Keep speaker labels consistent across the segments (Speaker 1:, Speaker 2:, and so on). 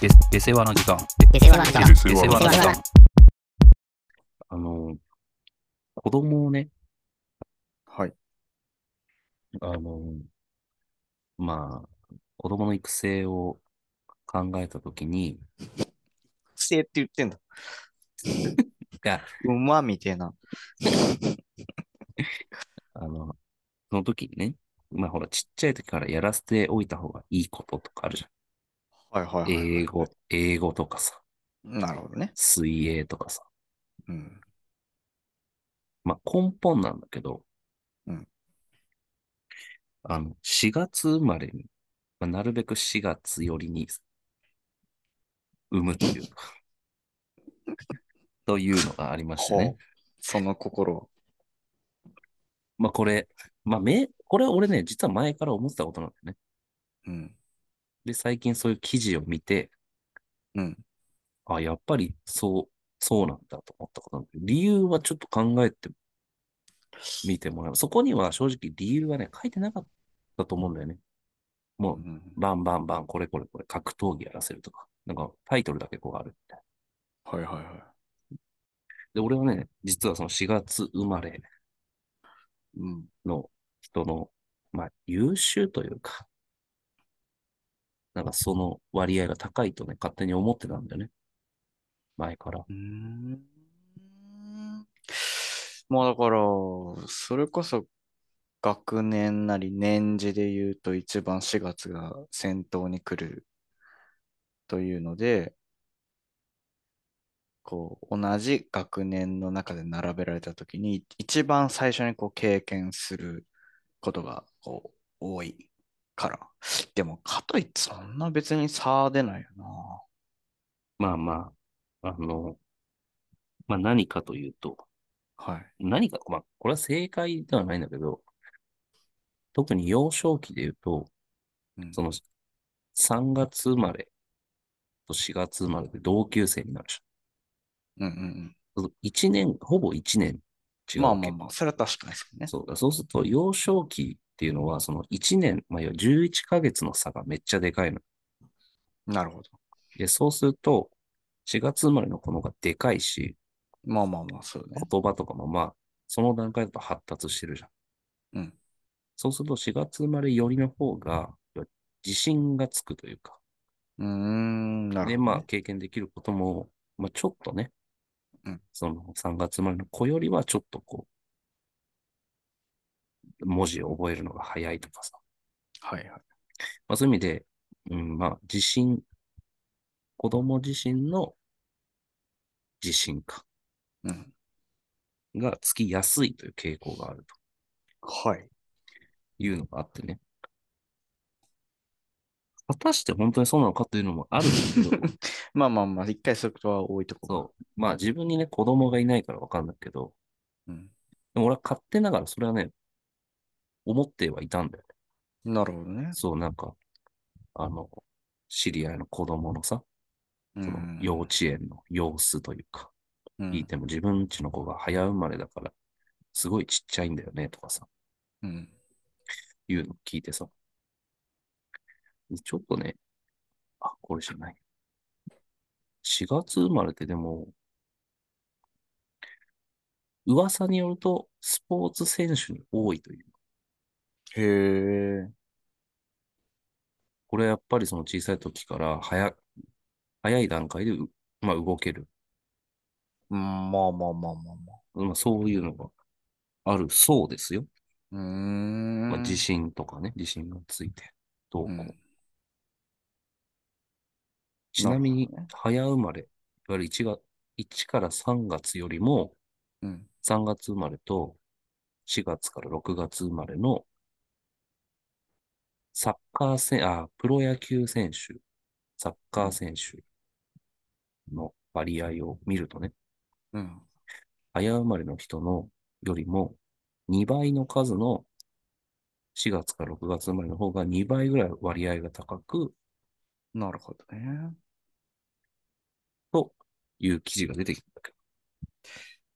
Speaker 1: で、で世話の時間。
Speaker 2: で世話の時間
Speaker 1: で
Speaker 3: 出
Speaker 1: 世
Speaker 3: 世
Speaker 1: 話の
Speaker 3: 話の
Speaker 1: 時
Speaker 3: 時
Speaker 2: 間
Speaker 1: 間。あの、子供をね、
Speaker 3: はい。
Speaker 1: あの、まあ、子供の育成を考えたときに、
Speaker 3: 不正って言ってんだ。
Speaker 1: が、
Speaker 3: うまみてえな。
Speaker 1: あの、その時にね、まあほら、ちっちゃい時からやらせておいた方がいいこととかあるじ
Speaker 3: はいは
Speaker 1: ゃん。
Speaker 3: いはい。
Speaker 1: 英語、英語とかさ、
Speaker 3: なるほどね。
Speaker 1: 水泳とかさ。
Speaker 3: うん。
Speaker 1: まあ根本なんだけど、
Speaker 3: うん
Speaker 1: あの、4月生まれに、まあ、なるべく4月寄りに産むという か、というのがありましてね
Speaker 3: ほ。その心を。
Speaker 1: まあこれ、まあめ、これ俺ね、実は前から思ってたことなんだよね。
Speaker 3: うん。
Speaker 1: で、最近そういう記事を見て、
Speaker 3: うん。
Speaker 1: あ、やっぱりそう、そうなんだと思ったことなんだけど、理由はちょっと考えてみてもらう。そこには正直理由はね、書いてなかったと思うんだよね。もう
Speaker 3: う、ん
Speaker 1: バンバンバン、これこれこれ、格闘技やらせるとか、なんかタイトルだけこうあるみたいな。
Speaker 3: はいはいは
Speaker 1: で、俺はね、実はその4月生まれ
Speaker 3: い。うん。
Speaker 1: の人の、まあ、優秀というか、なんかその割合が高いとね、勝手に思ってたんだよね。前から。
Speaker 3: うーん。まあだから、それこそ学年なり年次で言うと一番4月が先頭に来るというので、こう同じ学年の中で並べられた時に一番最初にこう経験することがこう多いから。でもかといってそんな別に差出ないよな。
Speaker 1: まあまあ、あの、まあ何かというと、
Speaker 3: はい。
Speaker 1: 何か、まあ、これは正解ではないんだけど、特に幼少期で言うと、
Speaker 3: うん
Speaker 1: その3月生まれと4月生まれで同級生になるじ
Speaker 3: うんうんうん。
Speaker 1: ゃん。1年、ほぼ1年違う
Speaker 3: まあ
Speaker 1: わ
Speaker 3: ま
Speaker 1: け。
Speaker 3: あまあ、それは確かにそうね。
Speaker 1: そうそうすると、幼少期っていうのは、その1年、まあ、要は11ヶ月の差がめっちゃでかいの。
Speaker 3: なるほど。
Speaker 1: で、そうすると、4月生まれの子の方がでかいし、
Speaker 3: まあまあまあ、そうね。
Speaker 1: 言葉とかもまあ、その段階だと発達してるじゃん。
Speaker 3: うん。
Speaker 1: そうすると、4月生まれよりの方が、要は自信がつくというか、
Speaker 3: うーん、なる
Speaker 1: で、
Speaker 3: ほど
Speaker 1: まあ、
Speaker 3: ね。
Speaker 1: 経験できることも、まあ、ちょっとね、
Speaker 3: うん
Speaker 1: その3月生まれの子よりは、ちょっとこう、文字を覚えるのが早いとかさ、
Speaker 3: はいはい。
Speaker 1: まあ、そういう意味で、うん、まあ、自信、子供自身の自信か、
Speaker 3: うん。
Speaker 1: がつきやすいという傾向があると
Speaker 3: はい。
Speaker 1: いうのがあってね。果たして本当にそうなのかというのもあるんだけど、
Speaker 3: まあまあまあ、一回そこは置いとこ
Speaker 1: そう。まあ自分にね、子供がいないからわかんないけど、
Speaker 3: う。うん。
Speaker 1: でも俺は勝手ながらそれはね、思ってはいたんだよ
Speaker 3: なるほどね
Speaker 1: ね。。そう、なんか、あの、知り合いの子供のさ、
Speaker 3: う
Speaker 1: その
Speaker 3: ん。
Speaker 1: 幼稚園の様子というか、
Speaker 3: うん
Speaker 1: 聞いても自分ちの子が早生まれだから、すごいちっちゃいんだよねとかさ、
Speaker 3: うん。
Speaker 1: いうの聞いてさ、ちょっとね、あ、これじゃない。4月生まれってでも、噂によると、スポーツ選手に多いという。
Speaker 3: へえ。
Speaker 1: これやっぱりその小さい時から早、早い段階でう、まあ、動ける。
Speaker 3: うん、まあまあまあまあまあ。
Speaker 1: まあ、そういうのがあるそうですよ。
Speaker 3: うーん。
Speaker 1: まあ、自信とかね、自信がついて。どうこう
Speaker 3: うん
Speaker 1: ちなみに
Speaker 3: なるほどね、
Speaker 1: 早生まれ、いわゆる1月、1から3月よりも、
Speaker 3: うん。
Speaker 1: 3月生まれと4月から6月生まれのサッカー選、あ、プロ野球選手、サッカー選手の割合を見るとね、
Speaker 3: うん。
Speaker 1: 早生まれの人のよりも2倍の数の4月から6月生まれの方が2倍ぐらい割合が高く
Speaker 3: なるほどね。
Speaker 1: という記事が出てきたんだけど。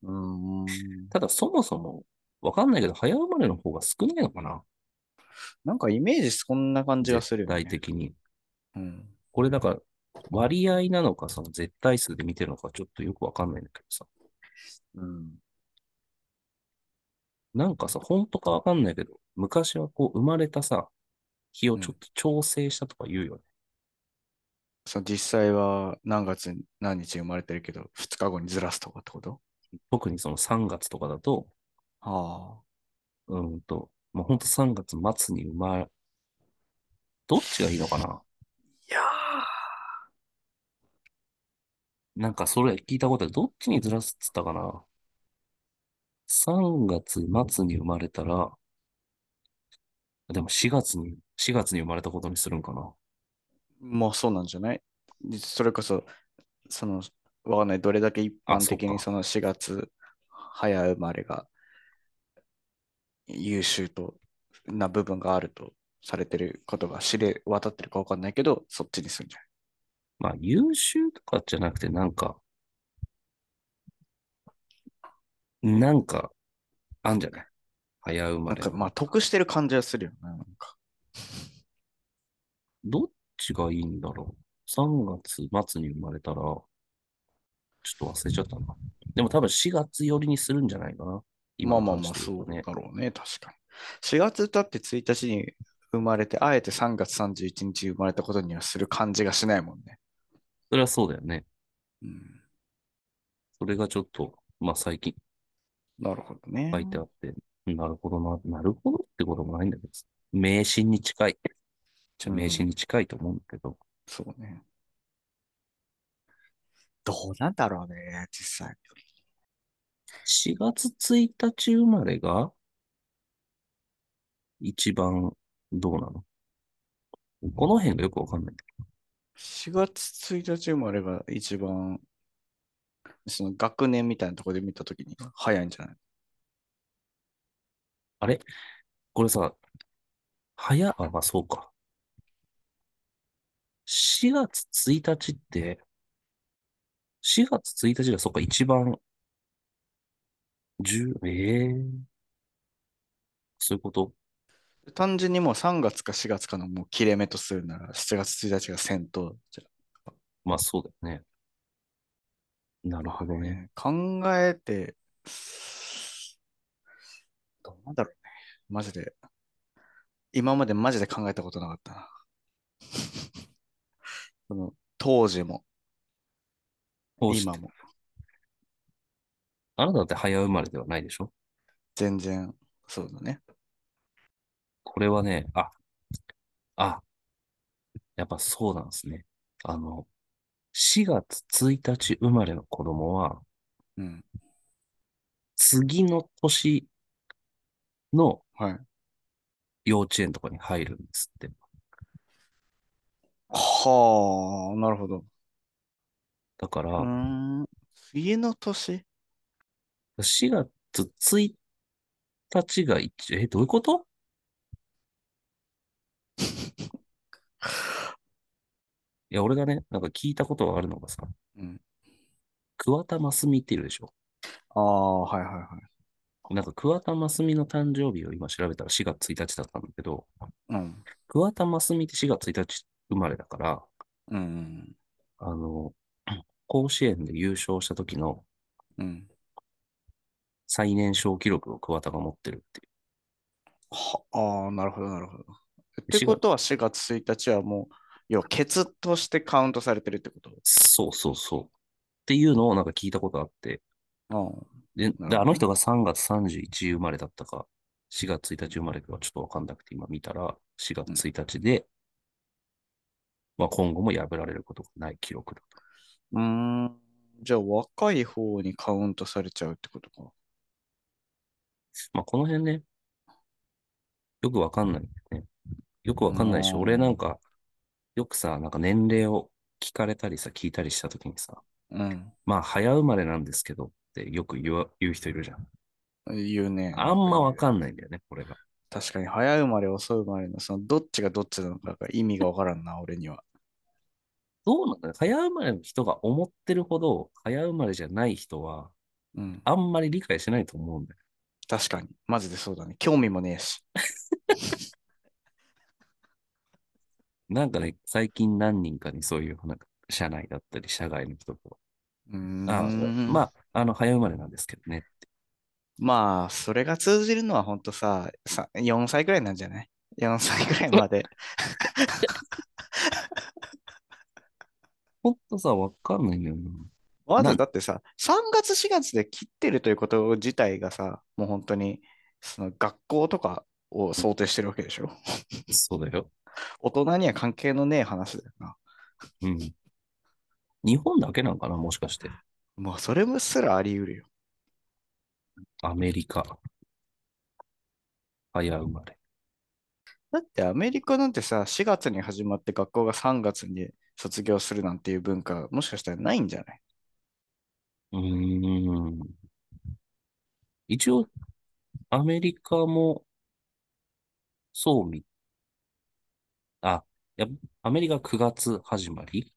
Speaker 3: うーん。
Speaker 1: ただそもそもわかんないけど、早生まれの方が少ないのかな
Speaker 3: なんかイメージそんな感じがする
Speaker 1: 絶
Speaker 3: よね。
Speaker 1: 対的に。
Speaker 3: うん。
Speaker 1: これだから、割合なのか、その絶対数で見てるのか、ちょっとよくわかんないんだけどさ。
Speaker 3: うん。
Speaker 1: なんかさ、本当かわかんないけど、昔はこう、生まれたさ、日をちょっと調整したとか言うよね。
Speaker 3: その実際は何月に何日に生まれてるけど、2日後にずらすとかってこと
Speaker 1: 特にその3月とかだと、
Speaker 3: あ
Speaker 1: うーんと、もうほんと3月末に生まれ、どっちがいいのかな
Speaker 3: あ。いや
Speaker 1: なんかそれ聞いたことある。どっちにずらすっつったかな ?3 月末に生まれたら、でも4月に、4月に生まれたことにするんかな
Speaker 3: まあそうなんじゃないそれこそ、その、わかんない、どれだけ一
Speaker 1: あ
Speaker 3: 般
Speaker 1: そう
Speaker 3: 的に
Speaker 1: か
Speaker 3: その4月早生まれが優秀とな部分があるとされてることが知れ渡ってるかわかんないけど、そっちにするんじゃない
Speaker 1: まあ優秀とかじゃなくてなんか、なんか、あんじゃない早生ま
Speaker 3: なん
Speaker 1: れ
Speaker 3: か。まあ得してる感じはするよね。なんか
Speaker 1: どっちがいいんだろう ?3 月末に生まれたら、ちょっと忘れちゃったな。でも多分4月寄りにするんじゃないかな。
Speaker 3: まあ
Speaker 1: 今
Speaker 3: まあ
Speaker 1: の
Speaker 3: ま
Speaker 1: 話
Speaker 3: あ
Speaker 1: で
Speaker 3: そ
Speaker 1: 言う
Speaker 3: う
Speaker 1: とね。
Speaker 3: だろうね、確かに。4月だって1日に生まれて、あえて3月31日に生まれたことにはする感じがしないもんね。
Speaker 1: それはそうだよね。
Speaker 3: うん、
Speaker 1: それがちょっと、まあ最近
Speaker 3: なるほどね。
Speaker 1: 書いてあって、なるほどな、なるほどってこともないんだけど、迷信に近い。じゃ
Speaker 3: うん
Speaker 1: 迷信に近いと思うんだけど、
Speaker 3: そうね。どうなんだろうね、実際。
Speaker 1: 4月1日生まれが、一番どうなのこの辺がよくわかんないんだけ
Speaker 3: 4月1日生まれが一番、その学年みたいなところで見たときに早いんじゃない
Speaker 1: ど。あれこれさ、早、あ、まあそうか。4月1日って、4月1日が、そっか、一番、10、ええそういうこと
Speaker 3: 単純にもう3月か4月かのもう切れ目とするなら7月1日が先頭じ
Speaker 1: まあそうだよね。なる
Speaker 3: ゃ
Speaker 1: ほ
Speaker 3: ん
Speaker 1: どね。
Speaker 3: 考えて、どうなんだろうね。マジで。今までマジで考えたことなかったな。 その当時も
Speaker 1: こうして
Speaker 3: 今も
Speaker 1: あなただって早生まれではないでしょ
Speaker 3: 全然そうだね。
Speaker 1: これはね、あ、あ、やっぱそうなんですね。あの、4月1日生まれの子供は、
Speaker 3: うん。
Speaker 1: 次の年の
Speaker 3: はい。
Speaker 1: 幼稚園とかに入るんですって。
Speaker 3: はあ、なるほど。
Speaker 1: だから、
Speaker 3: うーん。次の年
Speaker 1: 4月1日が一、え、どういう こといや、俺がね、なんか聞いたことがあるのがさ、
Speaker 3: うん。
Speaker 1: 桑田真澄っているでしょ
Speaker 3: ああ、はいはいはい。
Speaker 1: なんか桑田真澄の誕生日を今調べたら4月1日だったんだけど、
Speaker 3: うん。
Speaker 1: 桑田真澄って4月1日生まれだから、
Speaker 3: うん。
Speaker 1: あの、 甲子園で優勝した時の
Speaker 3: うん。
Speaker 1: 最年少記録を桑田が持ってるっていう。
Speaker 3: はああ、なるほど、なるほど。って
Speaker 1: 月
Speaker 3: ことは4月1日はもう、要は、ケツとしてカウントされてるってこと
Speaker 1: そうそうそう。っていうのをなんか聞いたことあって、
Speaker 3: う
Speaker 1: で、
Speaker 3: ほど
Speaker 1: で
Speaker 3: ね
Speaker 1: あの人が3月31日生まれだったか、4月1日生まれかはちょっとわかんなくて、今見たら4月1日で、まあ今後も破られることがない記録だと。
Speaker 3: ん。うーん。じゃあ、若い方にカウントされちゃうってことか。
Speaker 1: まあこの辺ね、よくわかんないね。よくわかんないし、
Speaker 3: うん
Speaker 1: 俺なんか、よくさ、なんか年齢を聞かれたりさ、聞いたりしたときにさ、
Speaker 3: うん。
Speaker 1: まあ早生まれなんですけどってよく言う言う人いるじゃん。
Speaker 3: 言うね。
Speaker 1: あんまわかんないんだよね、これが。
Speaker 3: 確かに、早生まれ、遅生まれの、その、どっちがどっちなのかが意味がわからんな、俺には。
Speaker 1: どうなんだろう早生まれの人が思ってるほど、早生まれじゃない人は、
Speaker 3: うん。
Speaker 1: あんまり理解しないと思うんだよ。
Speaker 3: 確かに。マジでそうだね。興味もねえし。
Speaker 1: なんかね、最近何人かにそういう、なんか、社内だったり、社外の人と。
Speaker 3: うーん
Speaker 1: あまあ、あの、早生まれなんですけどね。
Speaker 3: まあ、それが通じるのは本当さ、さ、4歳ぐらいなんじゃない ?4 歳ぐらいまで。
Speaker 1: ほんとさ、わかんないんだよな。
Speaker 3: ま
Speaker 1: な
Speaker 3: だ
Speaker 1: ん
Speaker 3: だってさ、3月4月で切ってるということ自体がさ、もう本当に、その学校とかを想定してるわけでしょ
Speaker 1: そうだよ。
Speaker 3: 大人には関係のねえ話だよな。
Speaker 1: うん。日本だけなんかな、もしかして。
Speaker 3: もうそれもすらあり得るよ。
Speaker 1: アメリカ。早生まれ。
Speaker 3: だってアメリカなんてさ、4月に始まって学校が3月に卒業するなんていう文化、もしかしたらないんじゃないう
Speaker 1: ーん。一応、アメリカも、そうみ、あ、やっアメリカ9月始まり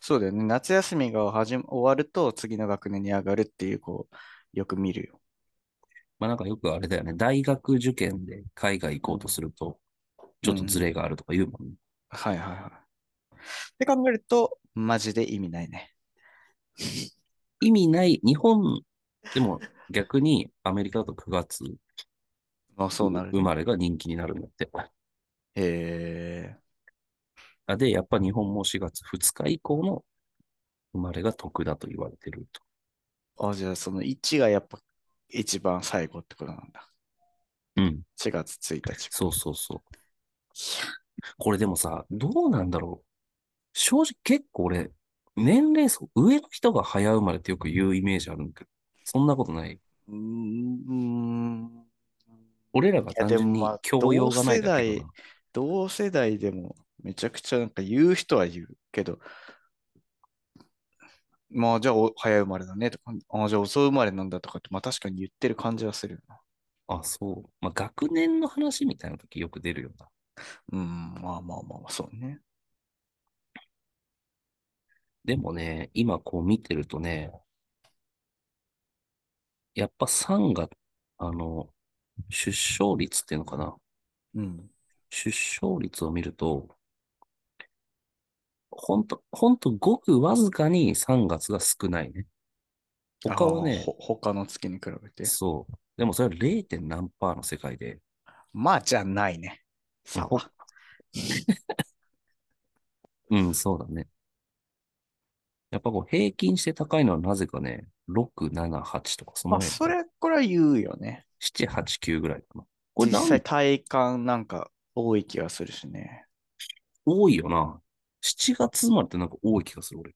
Speaker 3: そうだよね。夏休みが始ま終わると次の学年に上がるっていう、こう、よく見るよ。
Speaker 1: まあなんかよくあれだよね。大学受験で海外行こうとすると、ちょっとズレがあるとか言うもんね。
Speaker 3: はいはいはい。って考えると、マジで意味ないね。
Speaker 1: 意味ない、日本、でも逆にアメリカだと9月
Speaker 3: まあそうなる
Speaker 1: 生
Speaker 3: ね。
Speaker 1: まれが人気になるんだって。
Speaker 3: へえ。
Speaker 1: あで、やっぱ日本も4月2日以降の生まれが得だと言われてると。
Speaker 3: あ、じゃあその1がやっぱ一番最後ってことなんだ。
Speaker 1: うん。
Speaker 3: 4月1日。
Speaker 1: そうそうそう。これでもさ、どうなんだろう。正直結構俺、年齢層、上の人が早生まれってよく言うイメージあるんだけど、そんなことない。
Speaker 3: うーん。
Speaker 1: 俺らが
Speaker 3: いや
Speaker 1: 単
Speaker 3: でも
Speaker 1: 純に
Speaker 3: まあ
Speaker 1: 教養がないだけかな。
Speaker 3: 同世代でもめちゃくちゃなんか言う人は言うけど、まあじゃあお早生まれだねとか、あじゃあ遅生まれなんだとかって、まあ確かに言ってる感じはするよな。
Speaker 1: あ、そう。まあ、学年の話みたいな時よく出るよな。
Speaker 3: うん、まあまあまあまあ、そうね。
Speaker 1: でもね、今こう見てるとね、やっぱ3が、あの、出生率っていうのかな。
Speaker 3: うん。
Speaker 1: 出生率を見ると、ほんと、ほんとごくわずかに3月が少ないね。他は
Speaker 3: あー
Speaker 1: ね、
Speaker 3: ほ他の月に比べて。
Speaker 1: そう。でもそれは 0. 点何パーの世界で、
Speaker 3: まあじゃあないね。さ
Speaker 1: ほ
Speaker 3: あ。
Speaker 1: うん、そうだね。やっぱこう平均して高いのはなぜかね、6、7、8とか、その
Speaker 3: まあ
Speaker 1: 辺、
Speaker 3: それ、これは言うよね。
Speaker 1: 7、8、9ぐらいかな。これ
Speaker 3: 実
Speaker 1: なん
Speaker 3: 際体感なんか多い気がするしね。
Speaker 1: 多いよな。7月生まれってなんか多い気がする、俺。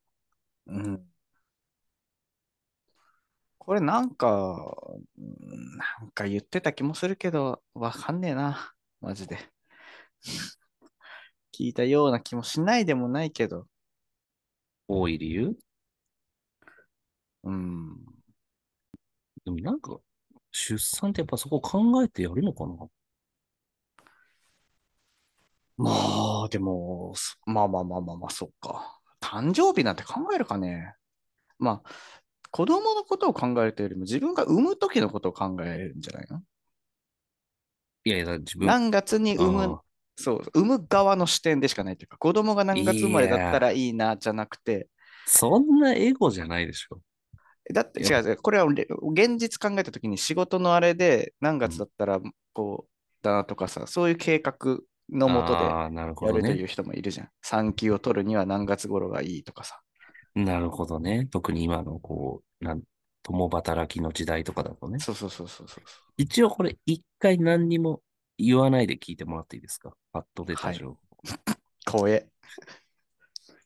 Speaker 3: うん。これなんか、うんなんか言ってた気もするけど、わかんねえな。マジで。 聞いたような気もしないでもないけど。
Speaker 1: 多い理由
Speaker 3: うん。
Speaker 1: でもなんか、出産ってやっぱそこ考えてやるのかな
Speaker 3: まあ、でも、そまあまあまあまあまあ、そっか。誕生日なんて考えるかね。まあ、子供のことを考えるというよりも、自分が産む時のことを考えるんじゃないの
Speaker 1: いやいや、自分。
Speaker 3: 何月に産
Speaker 1: あ
Speaker 3: む
Speaker 1: ー、
Speaker 3: そう、産む側の視点でしかないというか、子供が何月生まれだったらいいな、じゃなくて、
Speaker 1: そんなエゴじゃないでしょ。
Speaker 3: だっ
Speaker 1: い
Speaker 3: て
Speaker 1: や
Speaker 3: 違う違う、これはれ現実考えたときに仕事のあれで何月だったらこうだなとかさ、そういう計画のもと
Speaker 1: ああ、なる
Speaker 3: で
Speaker 1: ほ
Speaker 3: や
Speaker 1: ど
Speaker 3: るとい
Speaker 1: ね。
Speaker 3: う人もいるじゃん。産休を取るには何月頃がいいとかさ。
Speaker 1: なるほどね。特に今の、こう、なん、共働きの時代とかだとね。
Speaker 3: そうそうそうそうそうそ
Speaker 1: 一応これ、一回何にも言わないで聞いてもらっていいですかパッと出た情報。
Speaker 3: う。怖え。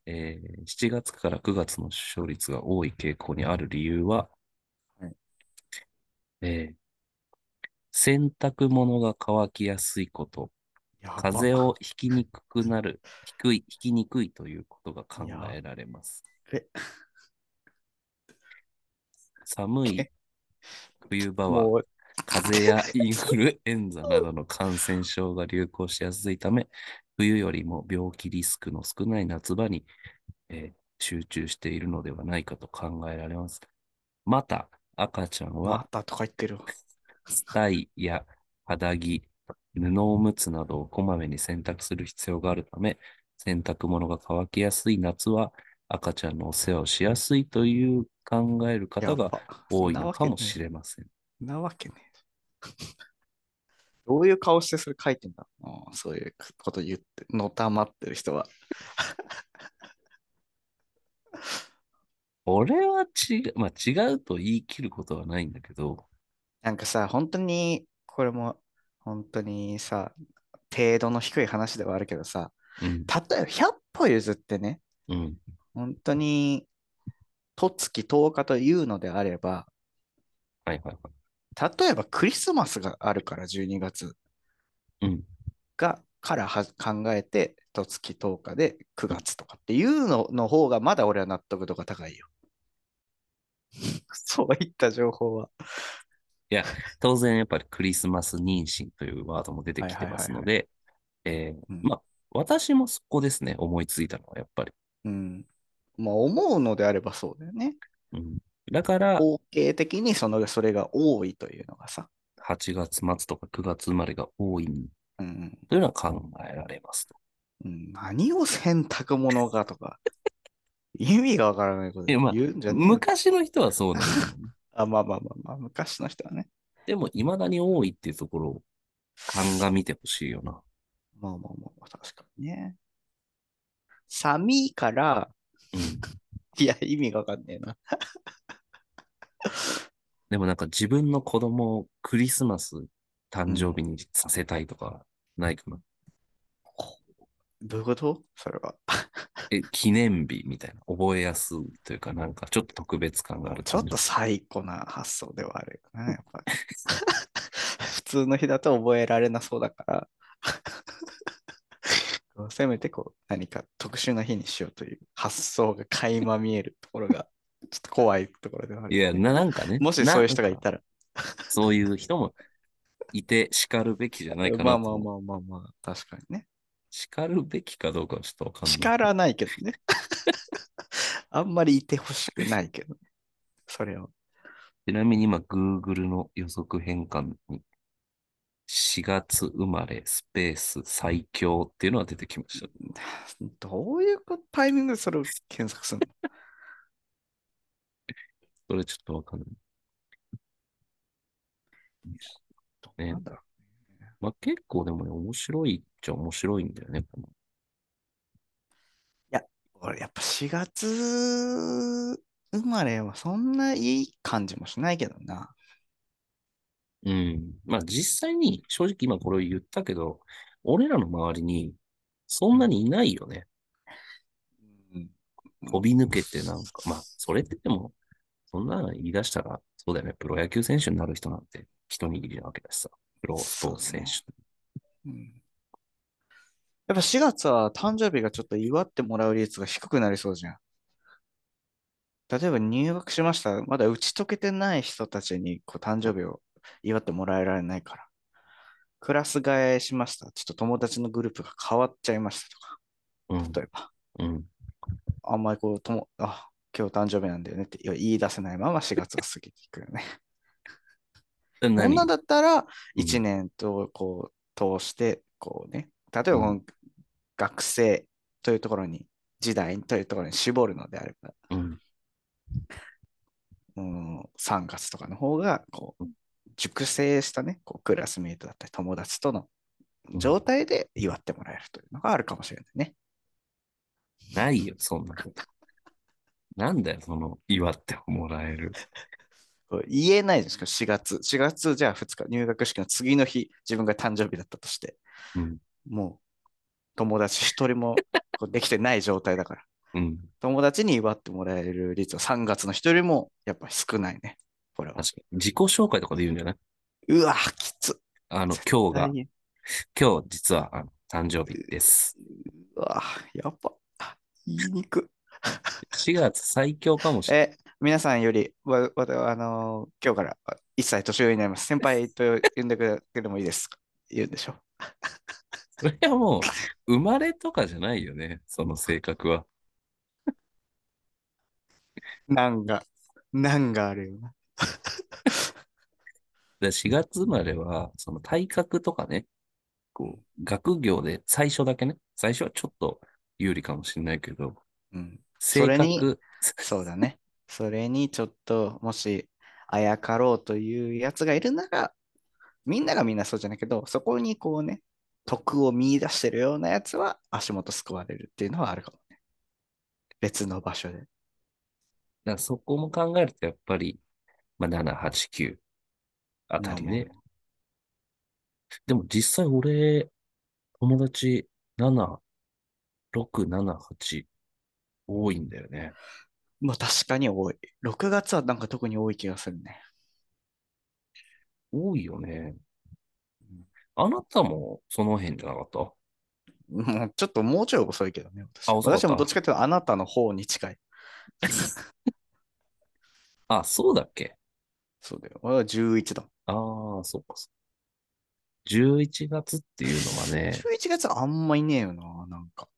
Speaker 1: えー7月から9月の出生率が多い傾向にある理由は、
Speaker 3: はい
Speaker 1: えー洗濯物が乾きやすいこと、
Speaker 3: やば
Speaker 1: 風邪をひきにくくなる、低い、ひきにくいということが考えられます
Speaker 3: やべ。
Speaker 1: 寒い冬場は
Speaker 3: もう、
Speaker 1: 風邪やインフルエンザなどの感染症が流行しやすいため、冬よりも病気リスクの少ない夏場に、えー集中しているのではないかと考えられます。また、赤ちゃん
Speaker 3: ま
Speaker 1: は
Speaker 3: たとか言ってるわ。
Speaker 1: スタイや肌着、布おむつなどをこまめに洗濯する必要があるため、洗濯物が乾きやすい夏は赤ちゃんのお世話をしやすいという考える方が多いのかもし
Speaker 3: れ
Speaker 1: れません。
Speaker 3: ない。なわけねえ。 どういう顔してそれ書いてんだろうなそういうこと言って、のたまってる人は。
Speaker 1: これは違う、まあ違うと言い切ることはないんだけど、
Speaker 3: なんかさ、本当に、これも、本当にさ、程度の低い話ではあるけどさ、
Speaker 1: うん、
Speaker 3: 例えば100歩譲ってね、
Speaker 1: うん、
Speaker 3: 本当に、とつき10日というのであれば、
Speaker 1: はいはいは
Speaker 3: 例えばクリスマスがあるから、12月
Speaker 1: い。うん、
Speaker 3: が、からは考えて、とつき10日で9月とかっていうのの方が、まだ俺は納得度が高いよ。 そういった情報は。
Speaker 1: 当然やっぱりクリスマス妊娠というワードも出てきてますので、えー
Speaker 3: うん
Speaker 1: まあ私もそこですね、思いついたのはやっぱり。
Speaker 3: うん。まあ、思うのであればそうだよね。
Speaker 1: うん、だから
Speaker 3: 統計的にそのそれが多いというのがさ。
Speaker 1: 8月末とか9月生まれが多い
Speaker 3: うん
Speaker 1: というのは考えられますと。
Speaker 3: うん、うん何を洗濯物がとか、 意味がわからないこと
Speaker 1: い
Speaker 3: 言
Speaker 1: やまあ
Speaker 3: うんじゃねえよ
Speaker 1: 昔の人はそうなんだ けどね
Speaker 3: あ、まあまあまあまあ、昔の人はね。
Speaker 1: でも未だに多いっていうところを鑑みてほしいよな。
Speaker 3: まあまあまあ、確かにね。寒いから、
Speaker 1: うん
Speaker 3: いや、意味がわかんねえな。
Speaker 1: でもなんか自分の子供をクリスマス誕生日にさせたいとかないかな。
Speaker 3: どういうことそれは。
Speaker 1: え、記念日みたいな。覚えやすいというか、なんかちょっと特別感がある
Speaker 3: ちょっ
Speaker 1: 感じ。
Speaker 3: と最高な発想ではあるよね、やっぱり。 普通の日だと覚えられなそうだから こう。せめてこう何か特殊な日にしようという発想が垣間見えるところがちょっと怖いところではある
Speaker 1: いや、
Speaker 3: よね、
Speaker 1: ななんかね。
Speaker 3: もしそういう人がい
Speaker 1: なんか
Speaker 3: たら。
Speaker 1: そういう人もいて叱るべきじゃないかな
Speaker 3: まあまあ
Speaker 1: あ。
Speaker 3: まあまあまあ、確かにね。
Speaker 1: 叱るべきかどうかはちょっとわかんない。
Speaker 3: 叱らないけどね。 あんまりいてほしくないけどね。それを。
Speaker 1: ちなみに今、Google の予測変換に、4月生まれ、スペース、最強っていうのは出てきました。
Speaker 3: どういうこタイミングでそれを検索するの
Speaker 1: それちょっとわかんない。ね
Speaker 3: なんだろ
Speaker 1: まあ結構でもね、面白いっちゃ面白いんだよね。この
Speaker 3: う俺やっぱ4月生まれはそんないい感じもしないけどな。
Speaker 1: うん。まあ実際に、正直今これを言ったけど、俺らの周りに、そんなにいないよね。
Speaker 3: うん
Speaker 1: 飛び抜けてなんか、まあ、それってでも、そんなの言い出したら、そうだよね、プロ野球選手になる人なんて、一握りなわけだしさ、プロスポーツ選手。
Speaker 3: うんやっぱ4月は誕生日がちょっと祝ってもらう率が低くなりそうじゃん。例えば入学しました。まだ打ち解けてない人たちにこう誕生日を祝ってもらえられないから。クラス替えしました。ちょっと友達のグループが変わっちゃいましたとか。
Speaker 1: うん、
Speaker 3: 例えば。
Speaker 1: うん、
Speaker 3: あんまりこう、とも、あ、今日誕生日なんだよねって言い出せないまま4月が過ぎていくよね。
Speaker 1: で何
Speaker 3: 女だったら
Speaker 1: うん
Speaker 3: 1年とこう通してこうね例えばこの学生というところに時代というところに絞るのであれば、
Speaker 1: うん、
Speaker 3: うん、3月とかの方がこう熟成したねこうクラスメートだったり友達との状態で祝ってもらえるというのがあるかもしれないね。
Speaker 1: ないよ、そんなこと。なんだよ、その、祝ってもらえる。
Speaker 3: こう言えないですか4月。4月じゃあ2日入学式の次の日自分が誕生日だったとして
Speaker 1: うん、
Speaker 3: もう友達一人もこうできてない状態だから。
Speaker 1: うん、
Speaker 3: 友達に祝ってもらえる率は3月の人よりもやっぱり少ないね。これは。
Speaker 1: 確かに。自己紹介とかで言うんじゃないう
Speaker 3: わ、きつ。
Speaker 1: あの、今日が
Speaker 3: 大、変
Speaker 1: 今日実は、あの、誕生日です。
Speaker 3: うわ、やっぱ、言いにく。
Speaker 1: 4月最強かもしれない。
Speaker 3: え、皆さんより、わ、わた、あのー今日から1歳年上になります。先輩と呼んでくれてもいいです。言うんでしょ。
Speaker 1: それはもう、生まれとかじゃないよね、その性格は。
Speaker 3: なんが、なんがあるよな。
Speaker 1: で4月生まれは、その体格とかね、こう、学業で最初だけね、最初はちょっと有利かもしれないけど、
Speaker 3: うん。
Speaker 1: 性
Speaker 3: それに
Speaker 1: 格、
Speaker 3: そうだね。それにちょっと、もし、あやかろうというやつがいるなら、みんながみんなそうじゃないけど、そこにこうね、徳を見出してるようなやつは足元すくわれるっていうのはあるかもね。別の場所で。
Speaker 1: だからそこも考えると、やっぱり、まあ、7、8、9あたりね。でも実際俺、友達7、6、7、8多いんだよね。
Speaker 3: まあ確かに多い。6月はなんか特に多い気がするね。
Speaker 1: 多いよね。あなたもその辺じゃなかった
Speaker 3: もうちょっともうちょい遅いけどね、私。
Speaker 1: あ遅かった
Speaker 3: 私もどっちかというとあなたの方に近い。
Speaker 1: あ、そうだっけ
Speaker 3: そうだよ。俺は11だ。
Speaker 1: ああ、そうかそう。11月っていうのはね、
Speaker 3: 11月あんまいねえよな、なんか。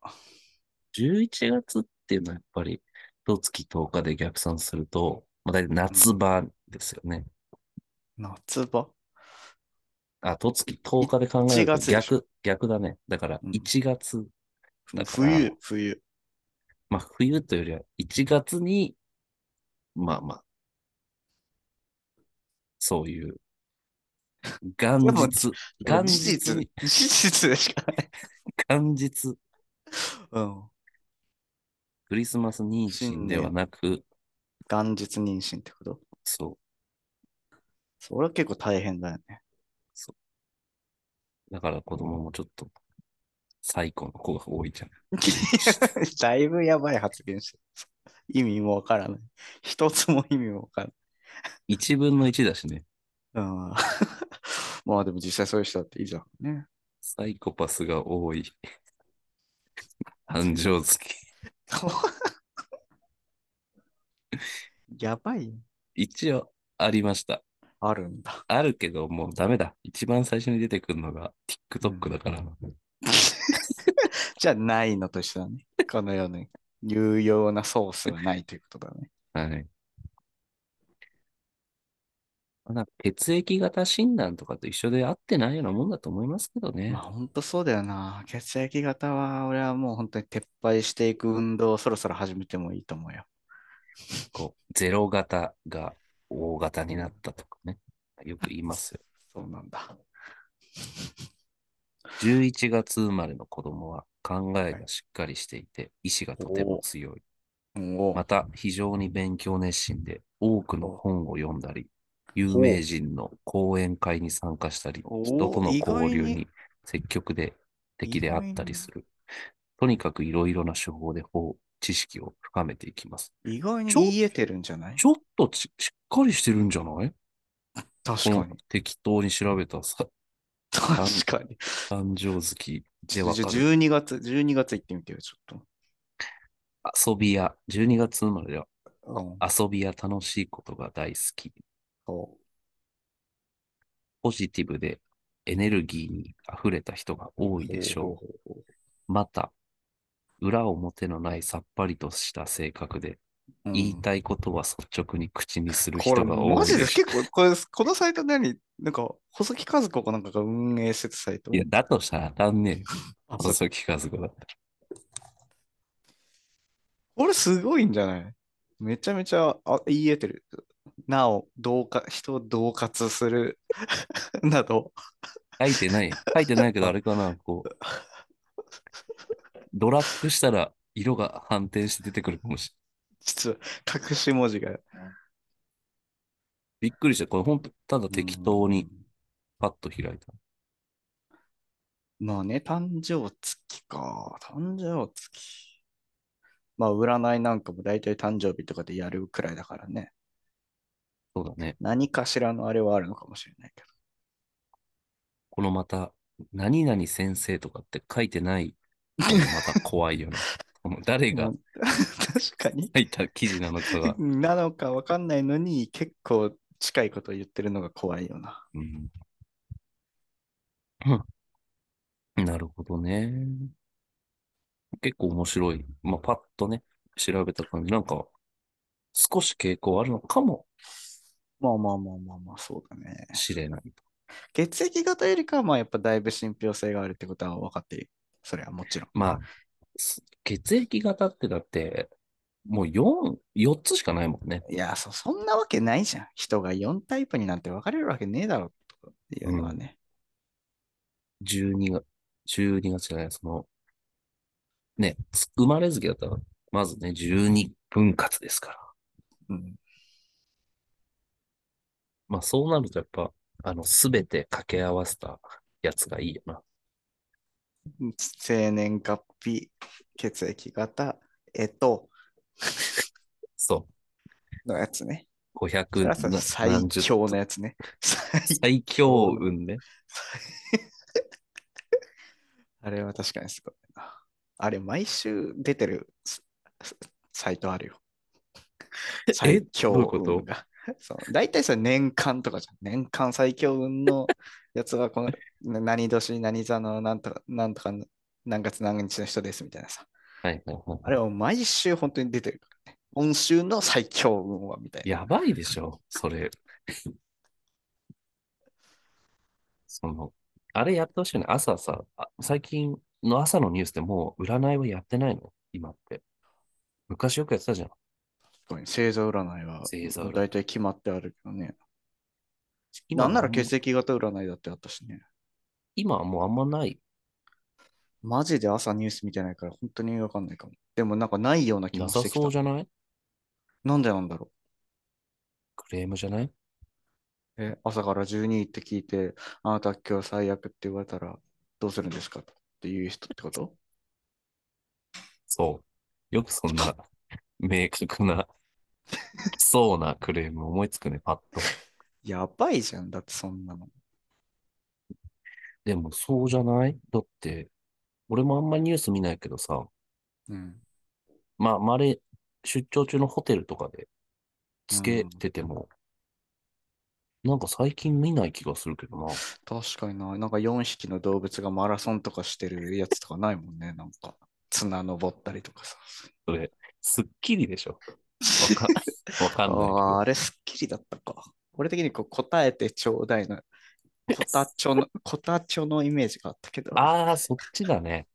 Speaker 1: 11月っていうのはやっぱり、一月10日で逆算すると、まあ、大体夏場ですよね。
Speaker 3: 夏場
Speaker 1: あ、とつき10日で考える
Speaker 3: 1
Speaker 1: と
Speaker 3: 月でし
Speaker 1: 逆、逆だね。だから
Speaker 3: うん
Speaker 1: 1月、だから
Speaker 3: 冬、冬。
Speaker 1: まあ冬というよりは1月に、まあまあ、そういう、元
Speaker 3: でも
Speaker 1: 日、元日
Speaker 3: 事 実
Speaker 1: に、、
Speaker 3: 事実でしかない。
Speaker 1: 元日、
Speaker 3: うん。
Speaker 1: クリスマス妊娠ではなく、
Speaker 3: 元日妊娠ってこと
Speaker 1: そう、
Speaker 3: それは結構大変だよね。
Speaker 1: だから子供もちょっと、最高の子が多いじゃん。
Speaker 3: だいぶやばい発言してる。意味もわからない。一つも意味もわからない。
Speaker 1: 1分の1だしね、
Speaker 3: うん、 まあでも実際そういう人だっていいじゃん。ね。
Speaker 1: サイコパスが多い。 誕生月。
Speaker 3: やばい。
Speaker 1: 一応、ありました。
Speaker 3: あるんだ。
Speaker 1: あるけど、もうダメだ。一番最初に出てくるのが TikTok だから。
Speaker 3: じゃあないのと一緒だね。この世に有用なソースがないということだね。
Speaker 1: はい。なんか血液型診断とかと一緒で合ってないようなもんだと思いますけどね。
Speaker 3: まあ本当そうだよな。血液型は俺はもう本当に撤廃していく運動をそろそろ始めてもいいと思うよ。
Speaker 1: こう、ゼロ型が大型になったとかね。よく言いますよ。
Speaker 3: そうなんだ。
Speaker 1: 11月生まれの子供は考えがしっかりしていて、意志がとても強い。
Speaker 3: お
Speaker 1: また、非常に勉強熱心で、多くの本を読んだり、有名人の講演会に参加したり、
Speaker 3: おー
Speaker 1: 人との
Speaker 3: 意外
Speaker 1: 交流
Speaker 3: に
Speaker 1: に積極で的であったりする。とにかくいろいろな手法で法、知識を深めていきます。
Speaker 3: 意外に
Speaker 1: ちょ
Speaker 3: 言えてるんじゃない
Speaker 1: ちょっとちしっかりしてるんじゃない
Speaker 3: 確
Speaker 1: こ
Speaker 3: か
Speaker 1: の
Speaker 3: に。
Speaker 1: 適当に調べたさ
Speaker 3: 確かに。
Speaker 1: 誕生月
Speaker 3: じ
Speaker 1: で
Speaker 3: ゃあ
Speaker 1: わかる。
Speaker 3: 12月、12月行ってみてよ、ちょっ
Speaker 1: 遊び屋、12月生まれでは
Speaker 3: と。うん
Speaker 1: 遊びや楽しいことが大好き。
Speaker 3: そ
Speaker 1: ポジティブでエネルギーに溢れた人が多
Speaker 3: う
Speaker 1: いでしょ
Speaker 3: ほうほうほ
Speaker 1: う。また、裏表のないさっぱりとした性格で、
Speaker 3: う。
Speaker 1: 言い
Speaker 3: うん
Speaker 1: たいことは率直に口にする
Speaker 3: これ
Speaker 1: 人が多
Speaker 3: マ
Speaker 1: い
Speaker 3: ジで
Speaker 1: でし
Speaker 3: 結構、これ、このサイト何なんか、細木和子かなんかが運営してたサイト
Speaker 1: ょ。いや、だとしたら当たん ねえよ。
Speaker 3: あそう
Speaker 1: 細木和子だったら。
Speaker 3: これすごいんじゃないめちゃめちゃあ言えてる。なお、同化、人を同活する など、
Speaker 1: 書いてない。書いてないけど、あれかな、こう。ドラッグしたら色が反転して出てくるかもしれない。
Speaker 3: 実は隠し文字が。
Speaker 1: びっくりした。これ本当ただ適当にパッと開いた。
Speaker 3: まあね、誕生月か。誕生月。まあ、占いなんかも大体誕生日とかでやるくらいだからね。
Speaker 1: そうだね。
Speaker 3: 何かしらのあれはあるのかもしれないけ
Speaker 1: このまた、何々先生とかって書いてないのもまた怖 いよね。この誰
Speaker 3: ど。
Speaker 1: が
Speaker 3: うん確かに。
Speaker 1: 書いた記事なのかが、
Speaker 3: なのかわかんないのに、結構近いことを言ってるのが怖いよな。
Speaker 1: うんなるほどね。結構面白い。まあ、パッとね、調べた感じ、なんか、少し傾向あるのかも
Speaker 3: まあまあまあまあまあ、そうだね。
Speaker 1: しれない。
Speaker 3: 血液型よりかは、まあやっぱだいぶ信憑性があるってことは分かっている。それはもちろん。
Speaker 1: まあ、す血液型ってだって、もう4、4つしかないもんね。
Speaker 3: いや、そ、そんなわけないじゃん。人が4タイプになんて分かれるわけねえだろ。っていうのはね。
Speaker 1: 12月、12月じゃない、その、ね、つ生まれ月だったら、まずね、12分割ですから。
Speaker 3: うん。
Speaker 1: まあそうなるとやっぱ、あの、すべて掛け合わせたやつがいいよな。
Speaker 3: 生年月日、血液型、えっと、
Speaker 1: そ
Speaker 3: のやつね。
Speaker 1: う。500
Speaker 3: それはさ
Speaker 1: な
Speaker 3: 最
Speaker 1: 何十
Speaker 3: 強のやつね。
Speaker 1: 最強運ね。
Speaker 3: あれは確かにすごいな。あれ、毎週出てるササイトあるよ。 最強
Speaker 1: どういうこと
Speaker 3: 運が。 そう大体さ、年間とかじゃん。年間最強運のやつは、このな何年何座のなんとか、なんとかの何月何日の人ですみたいなさ。
Speaker 1: はいはいはい。
Speaker 3: あれを毎週本当に出てるからね。今週の最強運はみたいな。
Speaker 1: やばいでしょ、それ。 その、あれやってほしいね。朝さ、あ最近の朝のニュースでもう占いはやってないの今って。昔よくやってたじゃん。
Speaker 3: すごいね星座占いは
Speaker 1: 星座占い
Speaker 3: 大体決まってあるけどね。
Speaker 1: 今
Speaker 3: なんなら
Speaker 1: はあんま
Speaker 3: 血液型占いだってあったしね。
Speaker 1: 今はもうあんまない。
Speaker 3: マジで朝ニュース見てないから本当にわかんないかも。でもなんかないような気
Speaker 1: な
Speaker 3: もし
Speaker 1: さ
Speaker 3: てき
Speaker 1: そう
Speaker 3: た。
Speaker 1: じゃない
Speaker 3: なんでなんだろ。
Speaker 1: クレームじゃないう
Speaker 3: え、朝から12って聞いて、あなた今日最悪って言われたらどうするんですかっていう人ってこと
Speaker 1: そう。よくそん な明確な、そうなクレーム思いつくね、パッと。
Speaker 3: やばいじゃん。だってそんなの。
Speaker 1: でもそうじゃないだって、俺もあんまニュース見ないけどさ、
Speaker 3: うん。
Speaker 1: まあ、まれ、出張中のホテルとかでつけてても、なんか最近見ない気がするけどな。
Speaker 3: 確かにな。なんか4匹の動物がマラソンとかしてるやつとかないもんね。なんか綱登ったりとかさ。
Speaker 1: それ、スッキリでしょ わかわかんないけ
Speaker 3: ああ、あれスッキリだったか。俺的にこう答えてちょうだいの、こたちょの、こたちょのイメージがあったけど。
Speaker 1: ど。ああ、そっちだね。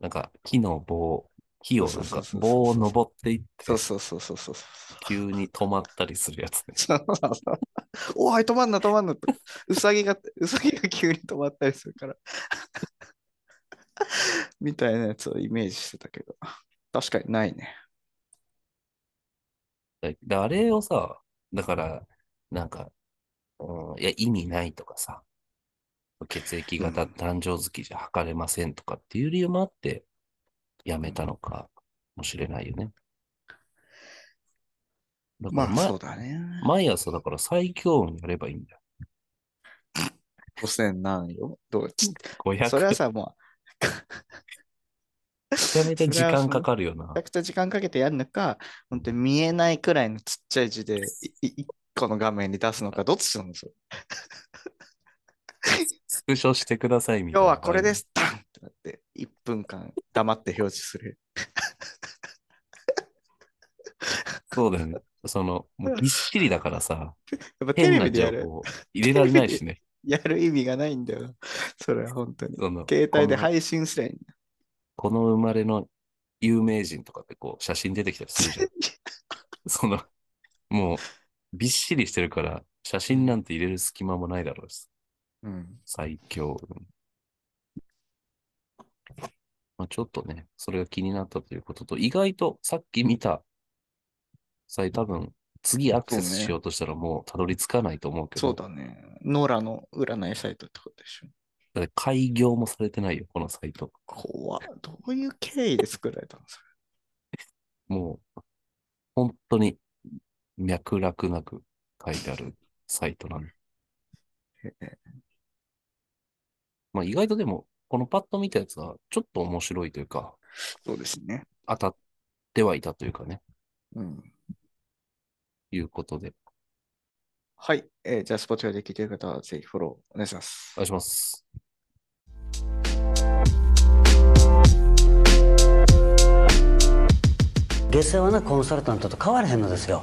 Speaker 1: なんか、木の棒、木をなん
Speaker 3: そうそう
Speaker 1: か
Speaker 3: そうそう
Speaker 1: 棒を登っていって、
Speaker 3: そうそうそうそうそうそう。
Speaker 1: 急に止まったりするやつね。
Speaker 3: そうそうそう。 おい、止まんな、止まんなと。うさぎが、うさぎが急に止まったりするから。 みたいなやつをイメージしてたけど。確かにないね。
Speaker 1: だで、あれをさ、だから、なんか、うん、いや、意味ないとかさ、血液型、
Speaker 3: うん
Speaker 1: 誕生月じゃ測れませんとかっていう理由もあって、やめたのかもしれないよね。だから
Speaker 3: まあ、
Speaker 1: ま
Speaker 3: そうだね。
Speaker 1: 毎朝だから最強運やればいいんだよ。
Speaker 3: 5000なんよ。どうち
Speaker 1: 500、
Speaker 3: それはさ、もう、
Speaker 1: めちゃめちゃ時間かかるよな
Speaker 3: めち。ゃくちゃ時間かけてやるのか、本当に見えないくらいのちっちゃい字で、1個の画面に出すのか、どっちなんですよ。
Speaker 1: スクショしてくださいみたい
Speaker 3: 今日
Speaker 1: な。
Speaker 3: はこれで。す、ダンってなって、1分間黙って表示する。
Speaker 1: そうだよね。その、もうびっしりだからさ、
Speaker 3: やっぱ テ
Speaker 1: 変
Speaker 3: レ
Speaker 1: な
Speaker 3: ビでや
Speaker 1: 情
Speaker 3: る。
Speaker 1: 報入れられないしね。
Speaker 3: やる意味がないんだよ。それは本当に。
Speaker 1: その
Speaker 3: 携帯で
Speaker 1: この
Speaker 3: 配信すりゃいいんだ。
Speaker 1: この生まれの有名人とかってこう写真出てきたりするじゃん。 その、もうびっしりしてるから写真なんて入れる隙間もないだろうし。
Speaker 3: うん。
Speaker 1: 最強。まあ、ちょっとね、それが気になったということと、意外とさっき見た、さえ多分次アクセスしようとしたらもうたどり着かないと思うけ
Speaker 3: そ
Speaker 1: ど、
Speaker 3: うだね。ノラの占いサイトってことでしょ。
Speaker 1: だって開業もされてないよ、このサイト。
Speaker 3: 怖っどういう経緯で作られたのそ
Speaker 1: もう、本当に脈絡なく書いてあるサイトなんで。
Speaker 3: れ。え
Speaker 1: まあ、意外とでも、このパッと見たやつはちょっと面白いというか、
Speaker 3: そうですね。
Speaker 1: 当たってはいたというかね、
Speaker 3: うん。
Speaker 1: いうことで。
Speaker 3: はい。えーじゃあ、Spotify で聞いてる方はぜひフォローお願いします
Speaker 1: お。願いします。
Speaker 2: 下世話なコンサルタントと変わらへんのですよ